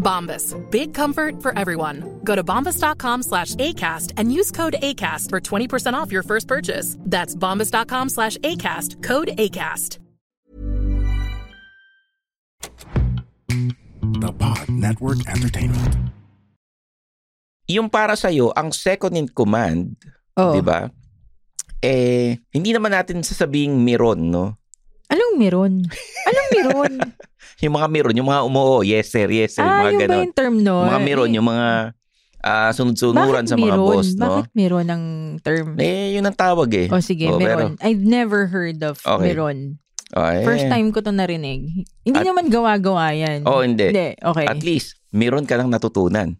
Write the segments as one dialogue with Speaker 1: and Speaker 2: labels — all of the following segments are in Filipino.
Speaker 1: Bombas. Big comfort for everyone. Go to bombas.com slash ACAST and use code ACAST for 20% off your first purchase. That's bombas.com slash ACAST. Code ACAST.
Speaker 2: The Pod Network Entertainment.
Speaker 3: Yung para sa'yo, ang second in command,
Speaker 4: Oo.
Speaker 3: di ba? Eh, hindi naman natin sasabing miron, no?
Speaker 4: Anong meron? Anong meron?
Speaker 3: Yung mga miron, yung mga umuo, yes sir, yes sir,
Speaker 4: ah,
Speaker 3: mga
Speaker 4: yun ba
Speaker 3: ganon.
Speaker 4: yung term nun?
Speaker 3: Mga miron, yung mga ah, sunod-sunuran
Speaker 4: Bakit
Speaker 3: sa mga
Speaker 4: meron?
Speaker 3: boss, no?
Speaker 4: Bakit meron ang term?
Speaker 3: Eh, yun ang tawag eh.
Speaker 4: O sige,
Speaker 3: Oh,
Speaker 4: meron. I've never heard of
Speaker 3: Okay.
Speaker 4: meron.
Speaker 3: pero- Oh, eh.
Speaker 4: First time ko to narinig. Hindi
Speaker 3: At-
Speaker 4: naman gawa-gawa yan.
Speaker 3: Oh, hindi.
Speaker 4: Hindi, okay.
Speaker 3: At least, meron ka ng natutunan.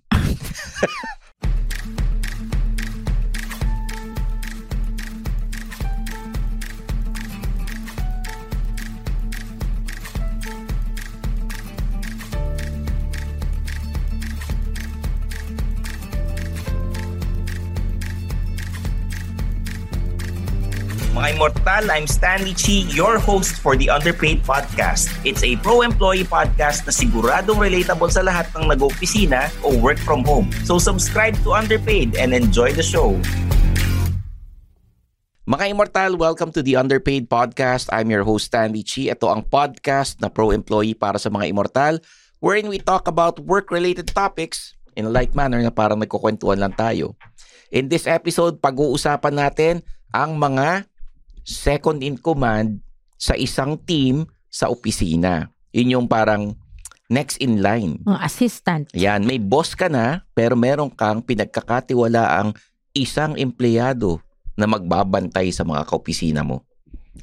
Speaker 5: Mga Immortal, I'm Stanley Chi, your host for the Underpaid Podcast. It's a pro-employee podcast na siguradong relatable sa lahat ng nag-opisina o work from home. So subscribe to Underpaid and enjoy the show.
Speaker 3: Mga Immortal, welcome to the Underpaid Podcast. I'm your host, Stanley Chi. Ito ang podcast na pro-employee para sa mga Immortal wherein we talk about work-related topics in a light manner na parang nagkukwentuhan lang tayo. In this episode, pag-uusapan natin ang mga second in command sa isang team sa opisina. Yun yung parang next in line.
Speaker 4: Mga assistant.
Speaker 3: Yan, may boss ka na pero meron kang pinagkakatiwala ang isang empleyado na magbabantay sa mga kaopisina mo.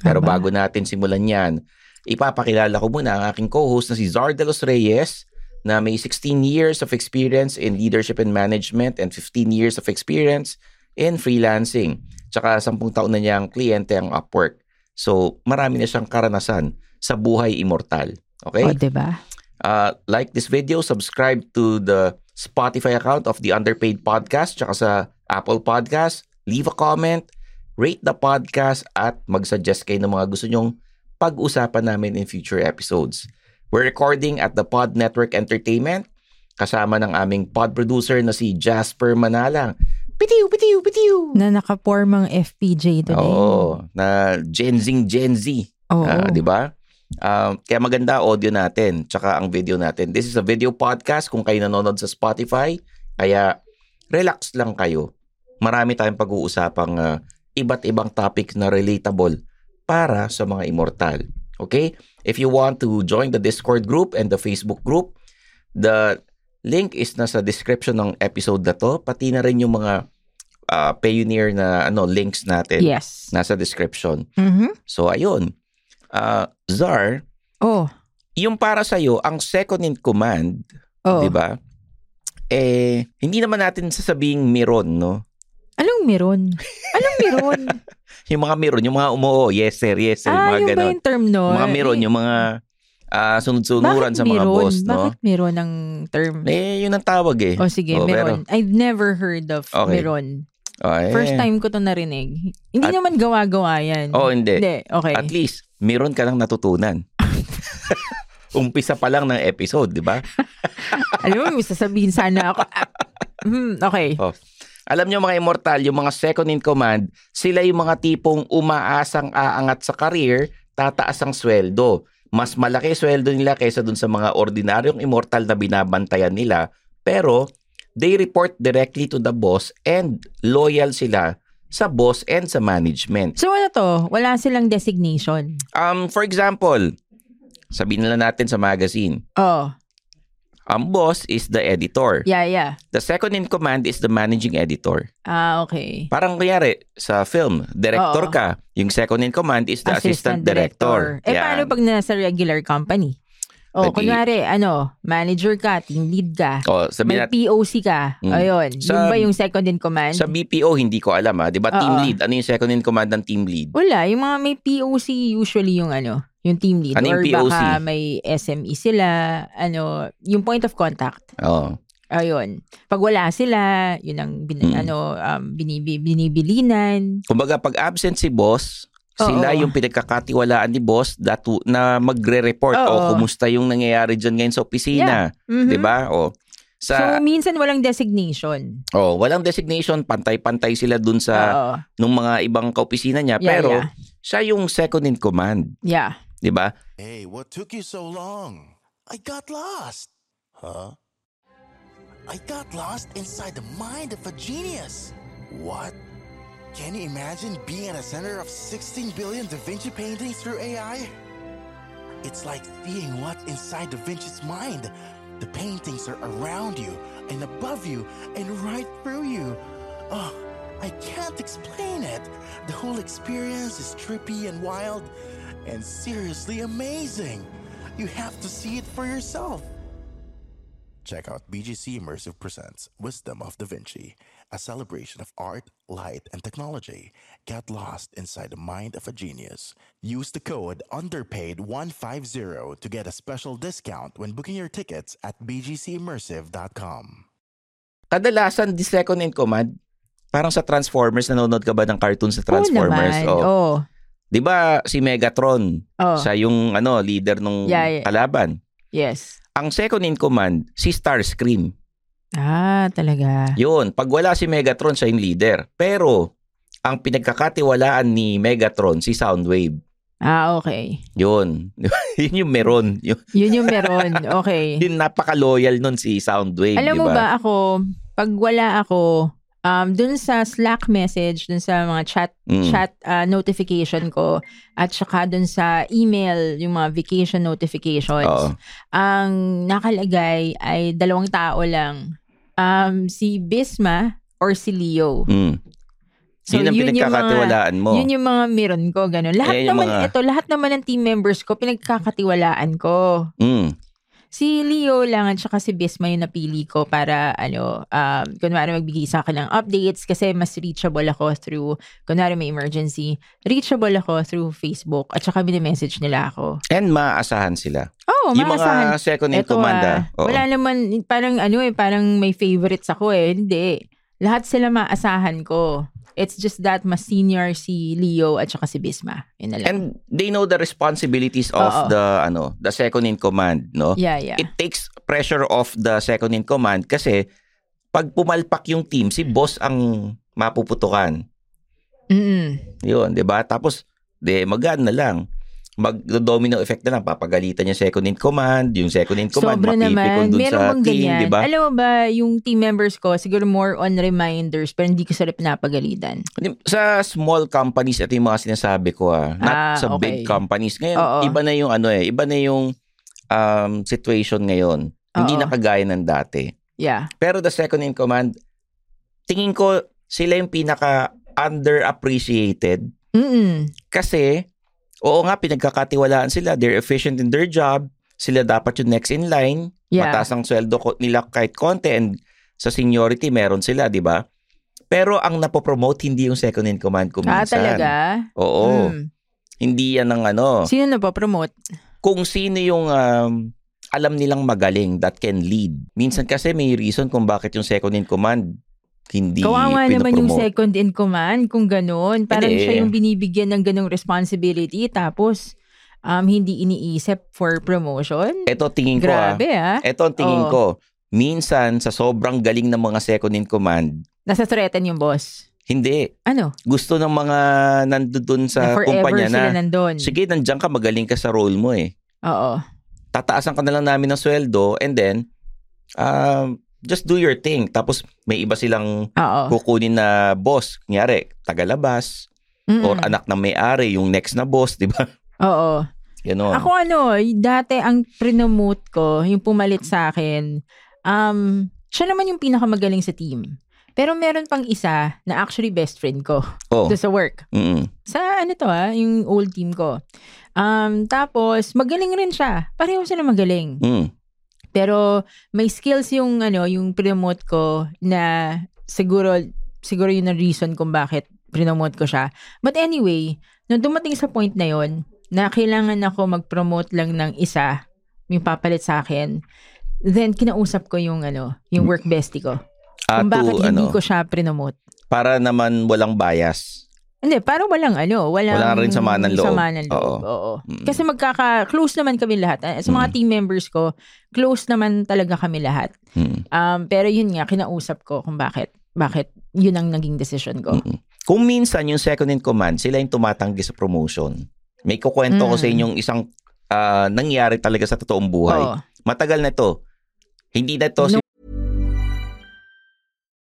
Speaker 3: Pero
Speaker 4: Aba.
Speaker 3: bago natin simulan yan, ipapakilala ko muna ang aking co-host na si Zar De Los Reyes na may 16 years of experience in leadership and management and 15 years of experience in freelancing. Tsaka 10 taon na niyang kliyente ang Upwork. So marami na siyang karanasan sa buhay immortal. Okay?
Speaker 4: O, diba?
Speaker 3: Uh, like this video, subscribe to the Spotify account of the Underpaid Podcast tsaka sa Apple Podcast. Leave a comment, rate the podcast at mag-suggest kayo ng mga gusto nyong pag-usapan namin in future episodes. We're recording at the Pod Network Entertainment kasama ng aming pod producer na si Jasper Manalang. Pitiw, pitiw, pitiw!
Speaker 4: Na nakapormang FPJ today.
Speaker 3: Oo, na Gen Z, Gen Z.
Speaker 4: Oo.
Speaker 3: Ah, 'di ba? Um, kaya maganda audio natin, tsaka ang video natin. This is a video podcast kung kayo nanonood sa Spotify, kaya relax lang kayo. Marami tayong pag-uusapang ah, iba't ibang topic na relatable para sa mga immortal. Okay? If you want to join the Discord group and the Facebook group, the link is nasa description ng episode na to, pati na rin yung mga ah, pioneer na ano links natin
Speaker 4: Yes.
Speaker 3: nasa description.
Speaker 4: Mhm.
Speaker 3: So ayun. Ah, Zar,
Speaker 4: Oh,
Speaker 3: yung para sa ang second in command,
Speaker 4: oh.
Speaker 3: 'di ba? Eh hindi naman natin sasabing miron, no?
Speaker 4: Anong meron? Anong meron?
Speaker 3: Yung mga miron, yung mga umuo, yes sir, yes sir, mga
Speaker 4: ah, yun ba
Speaker 3: ganon.
Speaker 4: yung term nun?
Speaker 3: Mga miron, yung mga ah, sunod-sunuran
Speaker 4: Bakit
Speaker 3: sa mga
Speaker 4: meron?
Speaker 3: boss, no?
Speaker 4: Bakit meron ang term?
Speaker 3: Eh, yun ang tawag eh.
Speaker 4: O sige,
Speaker 3: Oh,
Speaker 4: meron. I've never heard of
Speaker 3: Okay.
Speaker 4: meron.
Speaker 3: Okay.
Speaker 4: First time ko to narinig. Hindi
Speaker 3: At-
Speaker 4: naman gawa-gawa yan.
Speaker 3: Oh, hindi.
Speaker 4: Hindi, okay.
Speaker 3: At least, meron ka lang natutunan. Umpisa pa lang ng episode, di ba?
Speaker 4: Alam mo, may sasabihin sana ako. Ah, hmm, okay.
Speaker 3: Oh. Alam nyo mga immortal, yung mga second in command, sila yung mga tipong umaasang aangat sa career, tataas ang sweldo. Mas malaki sweldo nila kaysa dun sa mga ordinaryong immortal na binabantayan nila. Pero, they report directly to the boss and loyal sila sa boss and sa management.
Speaker 4: So ano to? Wala silang designation.
Speaker 3: Um, for example, sabihin na lang natin sa magazine,
Speaker 4: Oh,
Speaker 3: ang boss is the editor.
Speaker 4: yeah, yeah.
Speaker 3: The second in command is the managing editor.
Speaker 4: Ah, okay.
Speaker 3: Parang kanyari, sa film, director
Speaker 4: Oo.
Speaker 3: ka, yung second in command is the assistant, director.
Speaker 4: Eh,
Speaker 3: Yan.
Speaker 4: paano pag nasa regular company? Oh,
Speaker 3: Pwede.
Speaker 4: kunwari, ano, manager ka, team lead ka,
Speaker 3: O, sabihin
Speaker 4: may
Speaker 3: natin,
Speaker 4: POC ka.
Speaker 3: Mm.
Speaker 4: Ayun. yun
Speaker 3: Sa-
Speaker 4: ba yung second in command?
Speaker 3: sa BPO, hindi ko alam ha. Di ba, team
Speaker 4: Oo.
Speaker 3: lead? Ano yung second in command ng team lead?
Speaker 4: Wala. Yung mga may POC, usually yung ano, yung team lead.
Speaker 3: Ano yung POC?
Speaker 4: Or baka may SME sila, ano, yung point of contact.
Speaker 3: Oo.
Speaker 4: Ayun. Pag wala sila, yun ang bin,
Speaker 3: Mm.
Speaker 4: ano, um, binibi, binibilinan.
Speaker 3: Kumbaga, pag absent si boss, sila
Speaker 4: Oo.
Speaker 3: yung pinagkakatiwalaan ni boss datu- na magre-report.
Speaker 4: Oo.
Speaker 3: O, kumusta yung nangyayari dyan ngayon sa opisina?
Speaker 4: Mhm.
Speaker 3: 'di ba? O
Speaker 4: so,
Speaker 3: sa
Speaker 4: minsan walang designation.
Speaker 3: oh, walang designation, pantay-pantay sila dun sa
Speaker 4: Oo.
Speaker 3: nung mga ibang kaopisina niya,
Speaker 4: Yeah,
Speaker 3: pero
Speaker 4: yeah.
Speaker 3: siya yung second in command,
Speaker 4: Yeah.
Speaker 3: 'di ba?
Speaker 2: Hey, what took you so long? I got lost. Huh? I got lost inside the mind of a genius. What? Can you imagine being at a center of 16 billion Da Vinci paintings through AI? It's like seeing what's inside Da Vinci's mind. The paintings are around you and above you and right through you. Oh, I can't explain it. The whole experience is trippy and wild and seriously amazing. You have to see it for yourself. Check out BGC Immersive Presents Wisdom of Da Vinci, a celebration of art, light, and technology. Get lost inside the mind of a genius. Use the code UNDERPAID150 to get a special discount when booking your tickets at bgcimmersive.com.
Speaker 3: Kadalasan the second in command parang sa Transformers nanonood ka ba ng cartoon sa Transformers? oh.
Speaker 4: Oo naman.
Speaker 3: O,
Speaker 4: Oo.
Speaker 3: 'Di ba si Megatron,
Speaker 4: Oo.
Speaker 3: siya yung ano, leader nung
Speaker 4: Yeah, yeah.
Speaker 3: kalaban.
Speaker 4: Yes.
Speaker 3: Ang second in command si Starscream.
Speaker 4: Ah, talaga.
Speaker 3: Yun, pag wala si Megatron siya yung leader. Pero ang pinagkakatiwalaan ni Megatron si Soundwave.
Speaker 4: Ah, okay.
Speaker 3: Yun. yun yung meron. Yun,
Speaker 4: Yun yung meron. Okay.
Speaker 3: yun napaka-loyal nun si Soundwave,
Speaker 4: Alam
Speaker 3: di
Speaker 4: mo
Speaker 3: ba?
Speaker 4: ba ah ako, pag wala ako, um, dun sa Slack message, dun sa mga chat
Speaker 3: Mm.
Speaker 4: chat uh, notification ko, at saka dun sa email, yung mga vacation notifications,
Speaker 3: Oo.
Speaker 4: ang nakalagay ay dalawang tao lang. Um, si Bisma or si Leo.
Speaker 3: Mm.
Speaker 4: So,
Speaker 3: yun ang
Speaker 4: yun yung mga-
Speaker 3: pinagkakatiwalaan mo.
Speaker 4: Yun yung mga meron ko, ganun. Lahat
Speaker 3: Eh, yung
Speaker 4: naman,
Speaker 3: mga-
Speaker 4: ito, lahat naman ng team members ko, pinagkakatiwalaan ko.
Speaker 3: Mm.
Speaker 4: Si Leo lang at saka si Bisma yung napili ko para ano, um, kunwari magbigay sa akin ng updates kasi mas reachable ako through, kunwari may emergency, reachable ako through Facebook at saka message nila ako.
Speaker 3: And maaasahan sila.
Speaker 4: Oh,
Speaker 3: yung mga
Speaker 4: maasahan.
Speaker 3: second in
Speaker 4: Eto,
Speaker 3: command, ah.
Speaker 4: ah,
Speaker 3: Oo.
Speaker 4: wala naman, parang ano eh, parang may favorites ako eh. Hindi. Lahat sila maasahan ko. It's just that mas senior si Leo at saka si Bisma. Yun na lang.
Speaker 3: And they know the responsibilities of
Speaker 4: Oo.
Speaker 3: the ano, the second in command, no?
Speaker 4: yeah, yeah.
Speaker 3: It takes pressure off the second in command kasi pag pumalpak yung team, si boss ang mapuputukan.
Speaker 4: Mm-mm.
Speaker 3: Yun, 'di ba? Tapos de magaan na lang. Mag-domino effect na lang papagalitan yung second in command, yung second in command
Speaker 4: Sobra
Speaker 3: mapipikon
Speaker 4: naman.
Speaker 3: dun
Speaker 4: Meron
Speaker 3: sa
Speaker 4: bang
Speaker 3: team,
Speaker 4: ganyan.
Speaker 3: 'di ba?
Speaker 4: Alam mo ba, yung team members ko, siguro more on reminders, pero hindi ko sila pinapagalitan.
Speaker 3: Sa small companies ito yung mga sinasabi ko ah, not
Speaker 4: Ah,
Speaker 3: sa big
Speaker 4: okay.
Speaker 3: companies. Ngayon,
Speaker 4: Oo.
Speaker 3: iba na yung ano eh, iba na yung um, situation ngayon. Hindi
Speaker 4: Oo.
Speaker 3: na kagaya ng dati.
Speaker 4: Yeah.
Speaker 3: Pero the second in command, tingin ko sila yung pinaka underappreciated
Speaker 4: Mm-mm.
Speaker 3: Kasi, oo nga, pinagkakatiwalaan sila. They're efficient in their job. Sila dapat yung next in line.
Speaker 4: Yeah.
Speaker 3: Mataas ang sweldo ko- nila kahit konti. And sa seniority, meron sila, di ba? Pero ang napopromote, hindi yung second in command ko
Speaker 4: Ah,
Speaker 3: minsan.
Speaker 4: talaga?
Speaker 3: Oo.
Speaker 4: Mm.
Speaker 3: Hindi yan ang ano.
Speaker 4: Sino na promote?
Speaker 3: Kung sino yung um, alam nilang magaling that can lead. Minsan kasi may reason kung bakit yung second in command hindi
Speaker 4: Kawawa naman yung
Speaker 3: pinopromote.
Speaker 4: second in command kung ganun. Parang
Speaker 3: Hindi.
Speaker 4: siya yung binibigyan ng ganung responsibility tapos um, hindi iniisip for promotion.
Speaker 3: Ito tingin ko ah.
Speaker 4: Grabe ah.
Speaker 3: Ito ang tingin
Speaker 4: Oo.
Speaker 3: ko. Minsan sa sobrang galing ng mga second in command,
Speaker 4: Nasa threaten yung boss.
Speaker 3: hindi.
Speaker 4: Ano?
Speaker 3: Gusto ng mga nandoon
Speaker 4: na
Speaker 3: sa
Speaker 4: forever
Speaker 3: kumpanya na,
Speaker 4: sila nandun.
Speaker 3: sige, nandiyan ka, magaling ka sa role mo eh.
Speaker 4: Oo.
Speaker 3: Tataasan ka na lang namin ng sweldo and then, um, just do your thing. Tapos may iba silang
Speaker 4: Oo.
Speaker 3: kukunin na boss. Kunyari, tagalabas
Speaker 4: Mm-mm.
Speaker 3: or anak ng may-ari, yung next na boss, di ba?
Speaker 4: Oo.
Speaker 3: Ganon.
Speaker 4: Ako ano, y- dati ang prinomote ko, yung pumalit sa akin, um, siya naman yung pinakamagaling sa team. Pero meron pang isa na actually best friend ko
Speaker 3: oh.
Speaker 4: doon sa work.
Speaker 3: mm
Speaker 4: Sa ano to ah, yung old team ko. Um, tapos, magaling rin siya. Pareho sila magaling.
Speaker 3: mm
Speaker 4: Pero may skills yung ano, yung promote ko na siguro siguro yun ang reason kung bakit promote ko siya. But anyway, nung dumating sa point na yon na kailangan ako mag-promote lang ng isa, yung papalit sa akin, then kinausap ko yung ano, yung work bestie ko.
Speaker 3: Ah,
Speaker 4: Kung
Speaker 3: to,
Speaker 4: bakit hindi
Speaker 3: ano,
Speaker 4: ko siya promote.
Speaker 3: para naman walang bias.
Speaker 4: Hindi, parang walang ano, walang
Speaker 3: Wala rin sama ng loob.
Speaker 4: sama ng loob,
Speaker 3: Oo.
Speaker 4: oo.
Speaker 3: Mm.
Speaker 4: Kasi magkaka-close naman kami lahat. Ah, Sa mga
Speaker 3: Mm.
Speaker 4: team members ko, close naman talaga kami lahat.
Speaker 3: Mm.
Speaker 4: Um, pero yun nga, kinausap ko kung bakit. Bakit yun ang naging decision ko.
Speaker 3: Mm-mm. Kung minsan yung second in command, sila yung tumatanggi sa promotion. May kukwento ko
Speaker 4: Mm.
Speaker 3: sa inyong isang ah, nangyari talaga sa totoong buhay.
Speaker 4: Oo.
Speaker 3: Matagal na to. Hindi na to si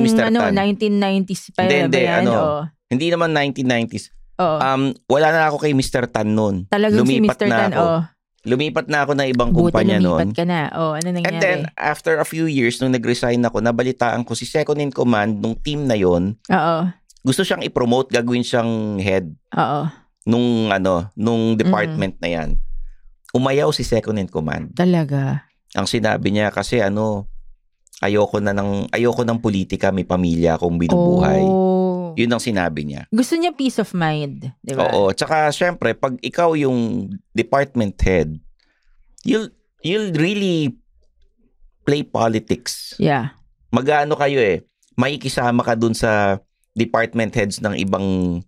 Speaker 4: Yung
Speaker 3: Mr.
Speaker 4: ano,
Speaker 3: Tan.
Speaker 4: 1990s pa
Speaker 3: Hindi,
Speaker 4: yun.
Speaker 3: hindi,
Speaker 4: yan,
Speaker 3: ano.
Speaker 4: oo.
Speaker 3: Hindi naman 1990s.
Speaker 4: Oo.
Speaker 3: Um, wala na ako kay Mr. Tan noon.
Speaker 4: Talagang si
Speaker 3: Lumipat
Speaker 4: Mr.
Speaker 3: na
Speaker 4: Tan,
Speaker 3: ako.
Speaker 4: oh,
Speaker 3: Lumipat na ako ng ibang
Speaker 4: buti
Speaker 3: kumpanya noon.
Speaker 4: lumipat ka na. Oh, ano nangyari?
Speaker 3: And then, after a few years, nung nag-resign ako, nabalitaan ko si second in command nung team na yon
Speaker 4: oo,
Speaker 3: gusto siyang i-promote, gagawin siyang head
Speaker 4: oo.
Speaker 3: nung ano,
Speaker 4: Mm.
Speaker 3: nung department na 'yan. Umayaw si second in command.
Speaker 4: Talaga.
Speaker 3: Ang sinabi niya kasi ano, ayoko na ng ayoko ng politika, may pamilya akong binubuhay.
Speaker 4: Oh.
Speaker 3: 'Yun ang sinabi niya.
Speaker 4: Gusto niya peace of mind, di ba?
Speaker 3: Oo, tsaka syempre pag ikaw yung department head, you'll you'll really play politics.
Speaker 4: Yeah.
Speaker 3: Mag-ano kayo eh, makikisama ka dun sa department heads ng ibang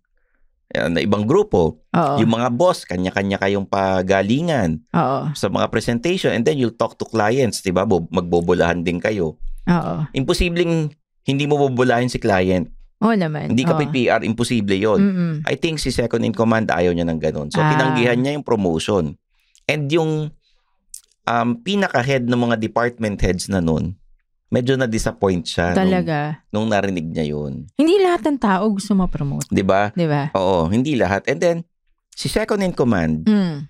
Speaker 3: eh, na ibang grupo.
Speaker 4: Oo.
Speaker 3: Yung mga boss, kanya-kanya kayong pagalingan.
Speaker 4: oo.
Speaker 3: sa mga presentation and then you'll talk to clients, 'di ba? Bo- Magbobolahan din kayo.
Speaker 4: Oo.
Speaker 3: Imposibleng hindi mo bobolahin si client.
Speaker 4: Oo naman.
Speaker 3: Hindi ka
Speaker 4: oo.
Speaker 3: PPR, imposible 'yon.
Speaker 4: Mm-mm.
Speaker 3: I think si second in command ayaw niya ng ganun. So
Speaker 4: Ah.
Speaker 3: tinanggihan niya yung promotion. And yung um, pinaka-head ng mga department heads na nun, medyo na-disappoint siya nung,
Speaker 4: Talaga.
Speaker 3: nung narinig niya yun.
Speaker 4: Hindi lahat ng tao gusto ma-promote,
Speaker 3: 'Di ba?
Speaker 4: di ba?
Speaker 3: Oo, hindi lahat. And then si second in command,
Speaker 4: Mm.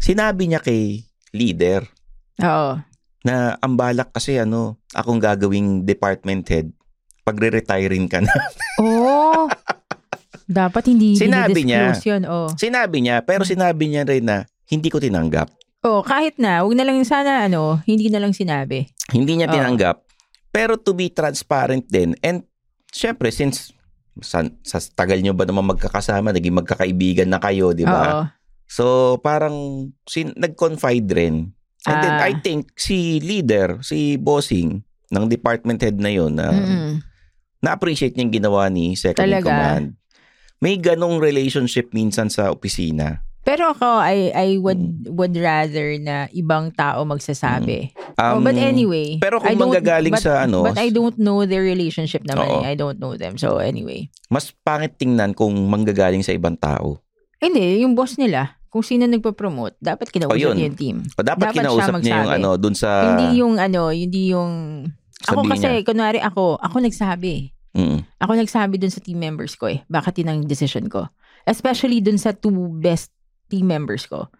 Speaker 3: sinabi niya kay leader,
Speaker 4: Oo.
Speaker 3: na ang balak kasi ano, akong gagawing department head, pagre-retirein ka na.
Speaker 4: Oo. Oh! Dapat hindi
Speaker 3: Sinabi niya.
Speaker 4: dinidisclose yun. Oo.
Speaker 3: sinabi niya, pero
Speaker 4: Hmm.
Speaker 3: sinabi niya rin na hindi ko tinanggap.
Speaker 4: Oh, kahit na, wag na lang sana ano, hindi na lang sinabi.
Speaker 3: Hindi niya
Speaker 4: Oo.
Speaker 3: tinanggap Pero to be transparent din, and syempre, since sa, sa tagal nyo ba naman magkakasama, naging magkakaibigan na kayo, di ba?
Speaker 4: Oo.
Speaker 3: So, parang sin, nag-confide rin. And then,
Speaker 4: Ah.
Speaker 3: I think, si leader, si bossing ng department head na yon na
Speaker 4: Mm-mm.
Speaker 3: na-appreciate niya yung ginawa ni second in
Speaker 4: Talaga.
Speaker 3: command. May ganong relationship minsan sa opisina.
Speaker 4: Pero ako, I, I would
Speaker 3: Hmm.
Speaker 4: would rather na ibang tao magsasabi.
Speaker 3: Um,
Speaker 4: oh, but anyway.
Speaker 3: pero kung
Speaker 4: I don't-
Speaker 3: manggagaling
Speaker 4: but-
Speaker 3: sa ano-
Speaker 4: But I don't know their relationship naman.
Speaker 3: Oo.
Speaker 4: eh. I don't know them. So anyway.
Speaker 3: Mas pangit tingnan kung manggagaling sa ibang tao.
Speaker 4: Hindi, yung boss nila, kung sino nagpa-promote, dapat
Speaker 3: Oh,
Speaker 4: kinausap
Speaker 3: yun.
Speaker 4: niya yung team.
Speaker 3: O dapat,
Speaker 4: Dapat siya
Speaker 3: kinausap niya yung
Speaker 4: magsabi.
Speaker 3: ano, dun sa...
Speaker 4: hindi yung ano, hindi yung... Ako
Speaker 3: Sabihin
Speaker 4: kasi, kunwari ako, ako nagsabi.
Speaker 3: Mm.
Speaker 4: Ako nagsabi dun sa team members ko eh, bakit yun ang decision ko. Especially dun sa two best team members ko.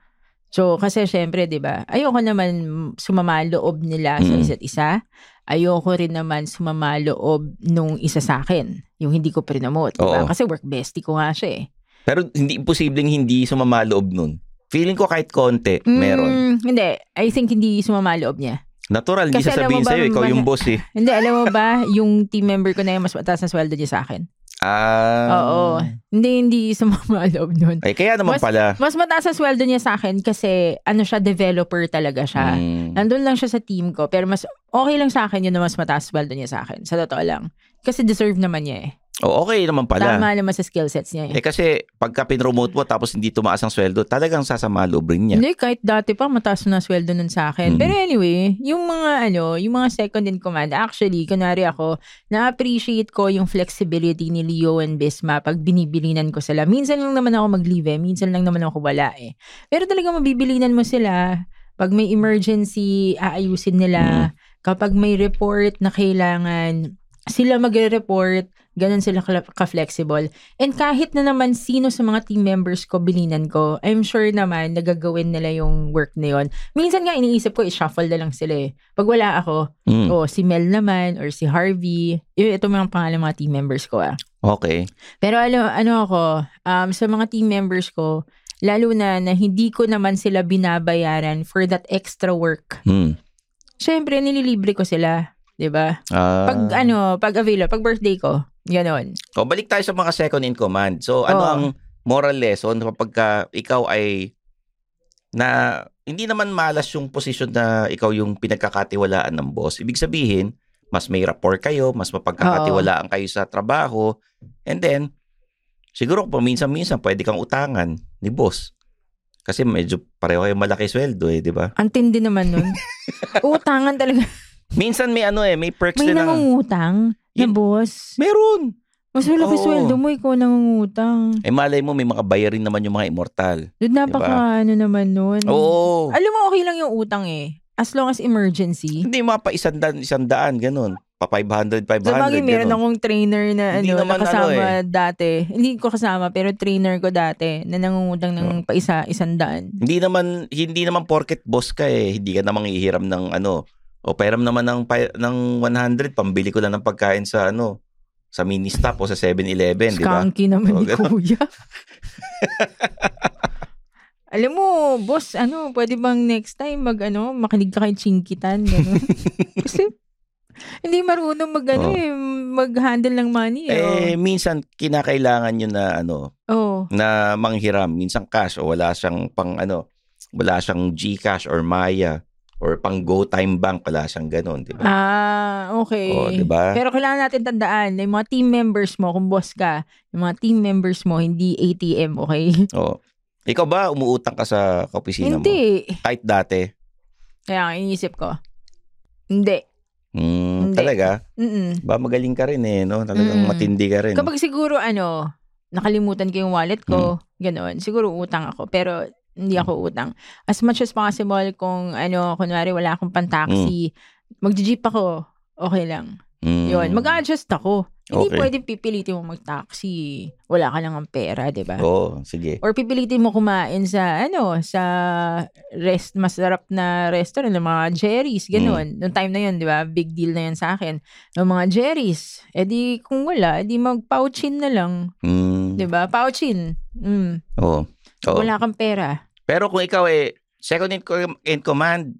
Speaker 4: So, kasi syempre, di ba, ayoko naman sumama ang loob nila sa
Speaker 3: Mm.
Speaker 4: isa't isa. Ayoko rin naman sumama ang loob nung isa sa akin, yung hindi ko prinomote. di ba?
Speaker 3: Oo.
Speaker 4: Kasi work bestie ko nga siya eh.
Speaker 3: Pero hindi imposibleng hindi sumama loob nun. Feeling ko kahit konti, meron.
Speaker 4: Mm, Hindi, I think hindi sumama ang loob niya.
Speaker 3: Natural, hindi
Speaker 4: Kasi alam
Speaker 3: sasabihin
Speaker 4: mo ba,
Speaker 3: sa'yo, ikaw yung
Speaker 4: mga-
Speaker 3: boss eh.
Speaker 4: Hindi, alam mo ba, yung team member ko na yun, mas mataas na sweldo niya sa akin.
Speaker 3: Ah,
Speaker 4: Oo. Hindi, hindi sumama ang loob nun.
Speaker 3: Ay, kaya naman
Speaker 4: mas,
Speaker 3: pala.
Speaker 4: Mas mataas ang sweldo niya sa akin kasi ano siya, developer talaga siya.
Speaker 3: Mm.
Speaker 4: Nandun lang siya sa team ko. Pero mas okay lang sa akin yun na mas mataas sweldo niya sa akin. Sa totoo lang. Kasi deserve naman niya eh.
Speaker 3: O, okay naman pala.
Speaker 4: Tama naman sa skill sets niya eh.
Speaker 3: Eh kasi pagka pinromote mo tapos hindi tumaas ang sweldo, talagang sasama loob rin niya.
Speaker 4: Hindi, kahit dati pa, mataas na sweldo nun sa akin.
Speaker 3: Mm.
Speaker 4: Pero anyway, yung mga ano, yung mga second in command, actually, kunwari ako, na-appreciate ko yung flexibility ni Leo and Bisma pag binibilinan ko sila. Minsan lang naman ako mag-leave eh, minsan lang naman ako wala eh. Pero talaga mabibilinan mo sila. Pag may emergency, aayusin nila. Kapag may report na kailangan, sila magre-report, ganun sila kla- ka-flexible. And kahit na naman sino sa mga team members ko, bilinan ko, I'm sure naman nagagawin nila yung work na yun. Minsan nga iniisip ko, i-shuffle na lang sila eh. Pag wala ako,
Speaker 3: Mm.
Speaker 4: o si Mel naman, or si Harvey, yun, ito mga pangalan ng mga team members ko ah.
Speaker 3: Okay.
Speaker 4: Pero ano, ano ako, um, sa mga team members ko, lalo na na hindi ko naman sila binabayaran for that extra work.
Speaker 3: Hmm.
Speaker 4: Siyempre, nililibre ko sila. 'di ba?
Speaker 3: Ah.
Speaker 4: Pag ano, pag available, pag birthday ko, ganon.
Speaker 3: O, balik tayo sa mga second in command. So, ano
Speaker 4: Oo.
Speaker 3: ang moral lesson kapag ka ikaw ay na hindi naman malas yung posisyon na ikaw yung pinagkakatiwalaan ng boss. Ibig sabihin, mas may rapport kayo, mas mapagkakatiwalaan kayo sa trabaho. And then, siguro kung minsan-minsan pwede kang utangan ni boss. Kasi medyo pareho kayong malaki sweldo eh, di ba?
Speaker 4: Ang tindi naman nun. Utangan talaga.
Speaker 3: Minsan may ano eh, may perks
Speaker 4: May
Speaker 3: din ng...
Speaker 4: nangungutang na boss.
Speaker 3: Meron.
Speaker 4: Mas malaki
Speaker 3: Oo.
Speaker 4: sweldo mo, ikaw nangungutang.
Speaker 3: Eh malay mo, may mga bayarin naman yung mga immortal.
Speaker 4: Dude, napaka ano naman nun.
Speaker 3: Diba? Oo.
Speaker 4: Alam mo, okay lang yung utang eh. As long as emergency.
Speaker 3: Hindi, mga pa isandaan, isandaan, ganun. Pa 500, 500,
Speaker 4: Sa bagay, meron
Speaker 3: Diba? Ano, ganun.
Speaker 4: akong trainer na
Speaker 3: Hindi
Speaker 4: ano,
Speaker 3: naman
Speaker 4: nakasama
Speaker 3: ano eh.
Speaker 4: dati. Hindi ko kasama, pero trainer ko dati na nangungutang
Speaker 3: Diba?
Speaker 4: ng paisa, isang daan.
Speaker 3: Hindi naman, hindi naman porket boss ka eh. Hindi ka namang ihiram ng ano. O pairam naman ng, pi- ng 100, pambili ko lang ng pagkain sa ano, sa mini stop o sa 7-Eleven, Eh, di ba?
Speaker 4: Skunky naman
Speaker 3: Oo,
Speaker 4: ni
Speaker 3: ganun.
Speaker 4: Kuya. Alam mo, boss, ano, pwede bang next time mag, ano, makinig ka kay Chinkitan, gano'n? Kasi, hindi marunong mag, ano,
Speaker 3: Oo.
Speaker 4: eh, mag-handle ng money.
Speaker 3: Oh. Eh,
Speaker 4: Eh,
Speaker 3: minsan kinakailangan nyo na ano,
Speaker 4: oh.
Speaker 3: na manghiram. Minsan cash o wala siyang pang ano, wala siyang Gcash or Maya or pang Go Time Bank, wala siyang ganun, di ba?
Speaker 4: Ah, okay.
Speaker 3: Oo, diba?
Speaker 4: Pero kailangan natin tandaan na yung mga team members mo, kung boss ka, yung mga team members mo, hindi ATM, okay?
Speaker 3: Oo. Ikaw ba umuutang ka sa kaopisina mo?
Speaker 4: Hindi.
Speaker 3: Kahit dati?
Speaker 4: Kaya nga, iniisip ko. Hindi.
Speaker 3: Mm,
Speaker 4: Hindi.
Speaker 3: talaga?
Speaker 4: Mm-mm.
Speaker 3: Ba magaling ka rin eh, no? Talagang
Speaker 4: Mm.
Speaker 3: matindi ka rin.
Speaker 4: Kapag siguro ano, nakalimutan ko yung wallet ko, ganoon. Siguro utang ako, pero hindi ako utang. As much as possible kung ano, kunwari wala akong pantaksi, magji-jeep ako, okay lang.
Speaker 3: Mm.
Speaker 4: Yun, mag-adjust ako. Hindi
Speaker 3: Okay.
Speaker 4: pwedeng pipilitin mo mag-taxi. Wala ka lang ang pera, 'di ba?
Speaker 3: Oo, sige.
Speaker 4: Or pipilitin mo kumain sa ano, sa rest masarap na restaurant ng mga Jerry's,
Speaker 3: Mm.
Speaker 4: ganoon. Noong time na 'yon, 'di ba? Big deal na 'yon sa akin. Ng mga Jerry's. Eh di kung wala, eh di mag-pouchin na lang,
Speaker 3: Mm.
Speaker 4: 'di ba? Pouchin. Mm.
Speaker 3: Oo. Oo.
Speaker 4: Wala kang pera.
Speaker 3: Pero kung ikaw eh, second in, com- in command,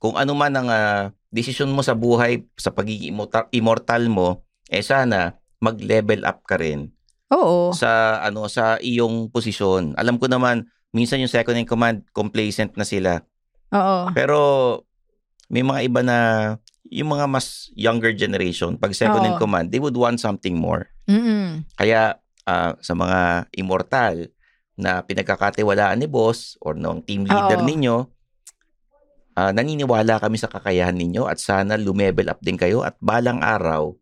Speaker 3: kung ano man ang ah, desisyon mo sa buhay, sa pagiging immortal, immortal mo, eh sana mag-level up ka rin
Speaker 4: Oo.
Speaker 3: sa ano sa iyong posisyon. Alam ko naman minsan yung second in command complacent na sila.
Speaker 4: Oo.
Speaker 3: Pero may mga iba na yung mga mas younger generation pag second in
Speaker 4: Oo.
Speaker 3: command, they would want something more.
Speaker 4: Mm-mm.
Speaker 3: Kaya ah, sa mga immortal na pinagkakatiwalaan ni boss or ng team leader
Speaker 4: Oo.
Speaker 3: ninyo, ah, naniniwala kami sa kakayahan ninyo at sana lumevel up din kayo at balang araw,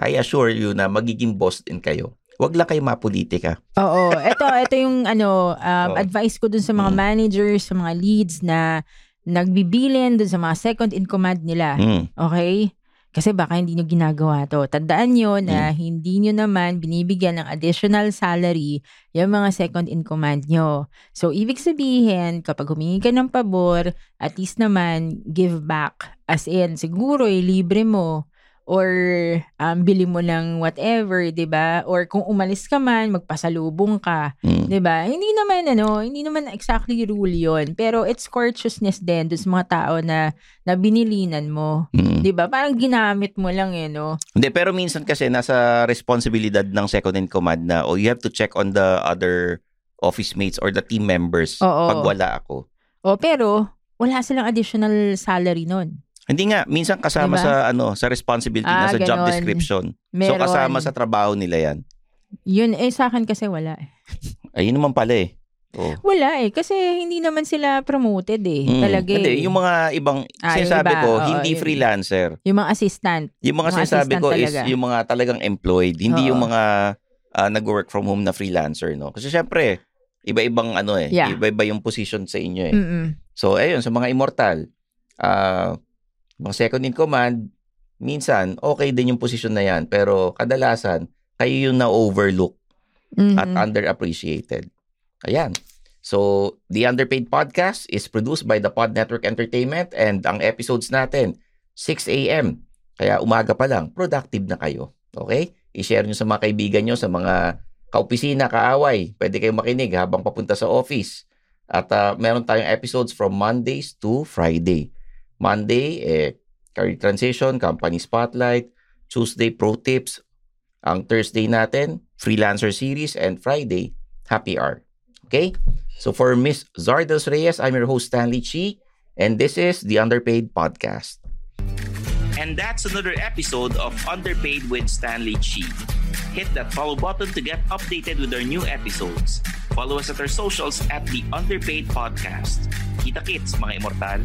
Speaker 3: I assure you na magiging boss din kayo. Huwag lang kayo mapolitika.
Speaker 4: Oo. Ito, ito yung ano, um,
Speaker 3: Oo. Mm.
Speaker 4: advice ko dun sa mga managers, sa mga leads na nagbibilin dun sa mga second in command nila.
Speaker 3: Mm.
Speaker 4: Okay? Kasi baka hindi nyo ginagawa to. Tandaan nyo na hindi nyo naman binibigyan ng additional salary yung mga second in command nyo. So, ibig sabihin, kapag humingi ka ng pabor, at least naman, give back. As in, siguro, eh, libre mo or um, bili mo ng whatever, 'di ba? Or kung umalis ka man, magpasalubong ka, 'di ba? Hindi naman ano, hindi naman exactly rule 'yon, pero it's courteousness din dun sa mga tao na na binilinan mo,
Speaker 3: mm.
Speaker 4: 'di ba? Parang ginamit mo lang eh, no?
Speaker 3: Hindi, pero minsan kasi nasa responsibilidad ng second in command na oh, you have to check on the other office mates or the team members
Speaker 4: Oo.
Speaker 3: pag wala ako.
Speaker 4: O pero wala silang additional salary nun.
Speaker 3: Hindi nga, minsan kasama
Speaker 4: Diba?
Speaker 3: sa ano, sa responsibility
Speaker 4: Ah,
Speaker 3: na sa job
Speaker 4: ganon.
Speaker 3: description. So
Speaker 4: Meron.
Speaker 3: kasama sa trabaho nila 'yan.
Speaker 4: Yun eh sa akin kasi wala. eh.
Speaker 3: Ayun naman pala eh. Oo.
Speaker 4: Wala eh kasi hindi naman sila promoted eh.
Speaker 3: Mm.
Speaker 4: Talaga. eh.
Speaker 3: Hindi, yung mga ibang
Speaker 4: Ah, yung
Speaker 3: sinasabi
Speaker 4: iba.
Speaker 3: ko,
Speaker 4: Oo,
Speaker 3: hindi
Speaker 4: yun.
Speaker 3: freelancer.
Speaker 4: Yung mga assistant.
Speaker 3: Yung mga, sinasabi
Speaker 4: assistant
Speaker 3: ko is
Speaker 4: talaga.
Speaker 3: yung mga talagang employed, hindi
Speaker 4: Oo.
Speaker 3: yung mga ah, nag-work from home na freelancer, no? Kasi syempre, iba-ibang ano eh,
Speaker 4: Yeah. Mm.
Speaker 3: iba-iba yung position sa inyo eh.
Speaker 4: Mm-mm.
Speaker 3: So, ayun, sa mga immortal, ah, mga second in command, minsan, okay din yung position na yan. Pero kadalasan, kayo yung na-overlook at
Speaker 4: Mhm.
Speaker 3: underappreciated. Ayan. So, The Underpaid Podcast is produced by the Pod Network Entertainment and ang episodes natin, 6 a.m. Kaya umaga pa lang, productive na kayo. Okay? I-share nyo sa mga kaibigan nyo, sa mga kaopisina, kaaway. Pwede kayong makinig habang papunta sa office. At ah, meron tayong episodes from Mondays to Friday. Monday, eh, Career Transition, Company Spotlight. Tuesday, Pro Tips. Ang Thursday natin, Freelancer Series. And Friday, Happy Hour. Okay? So for Miss Zardos Reyes, I'm your host Stanley Chi. And this is The Underpaid Podcast.
Speaker 5: And that's another episode of Underpaid with Stanley Chi. Hit that follow button to get updated with our new episodes. Follow us at our socials at the Underpaid Podcast. Kita kits, mga immortal.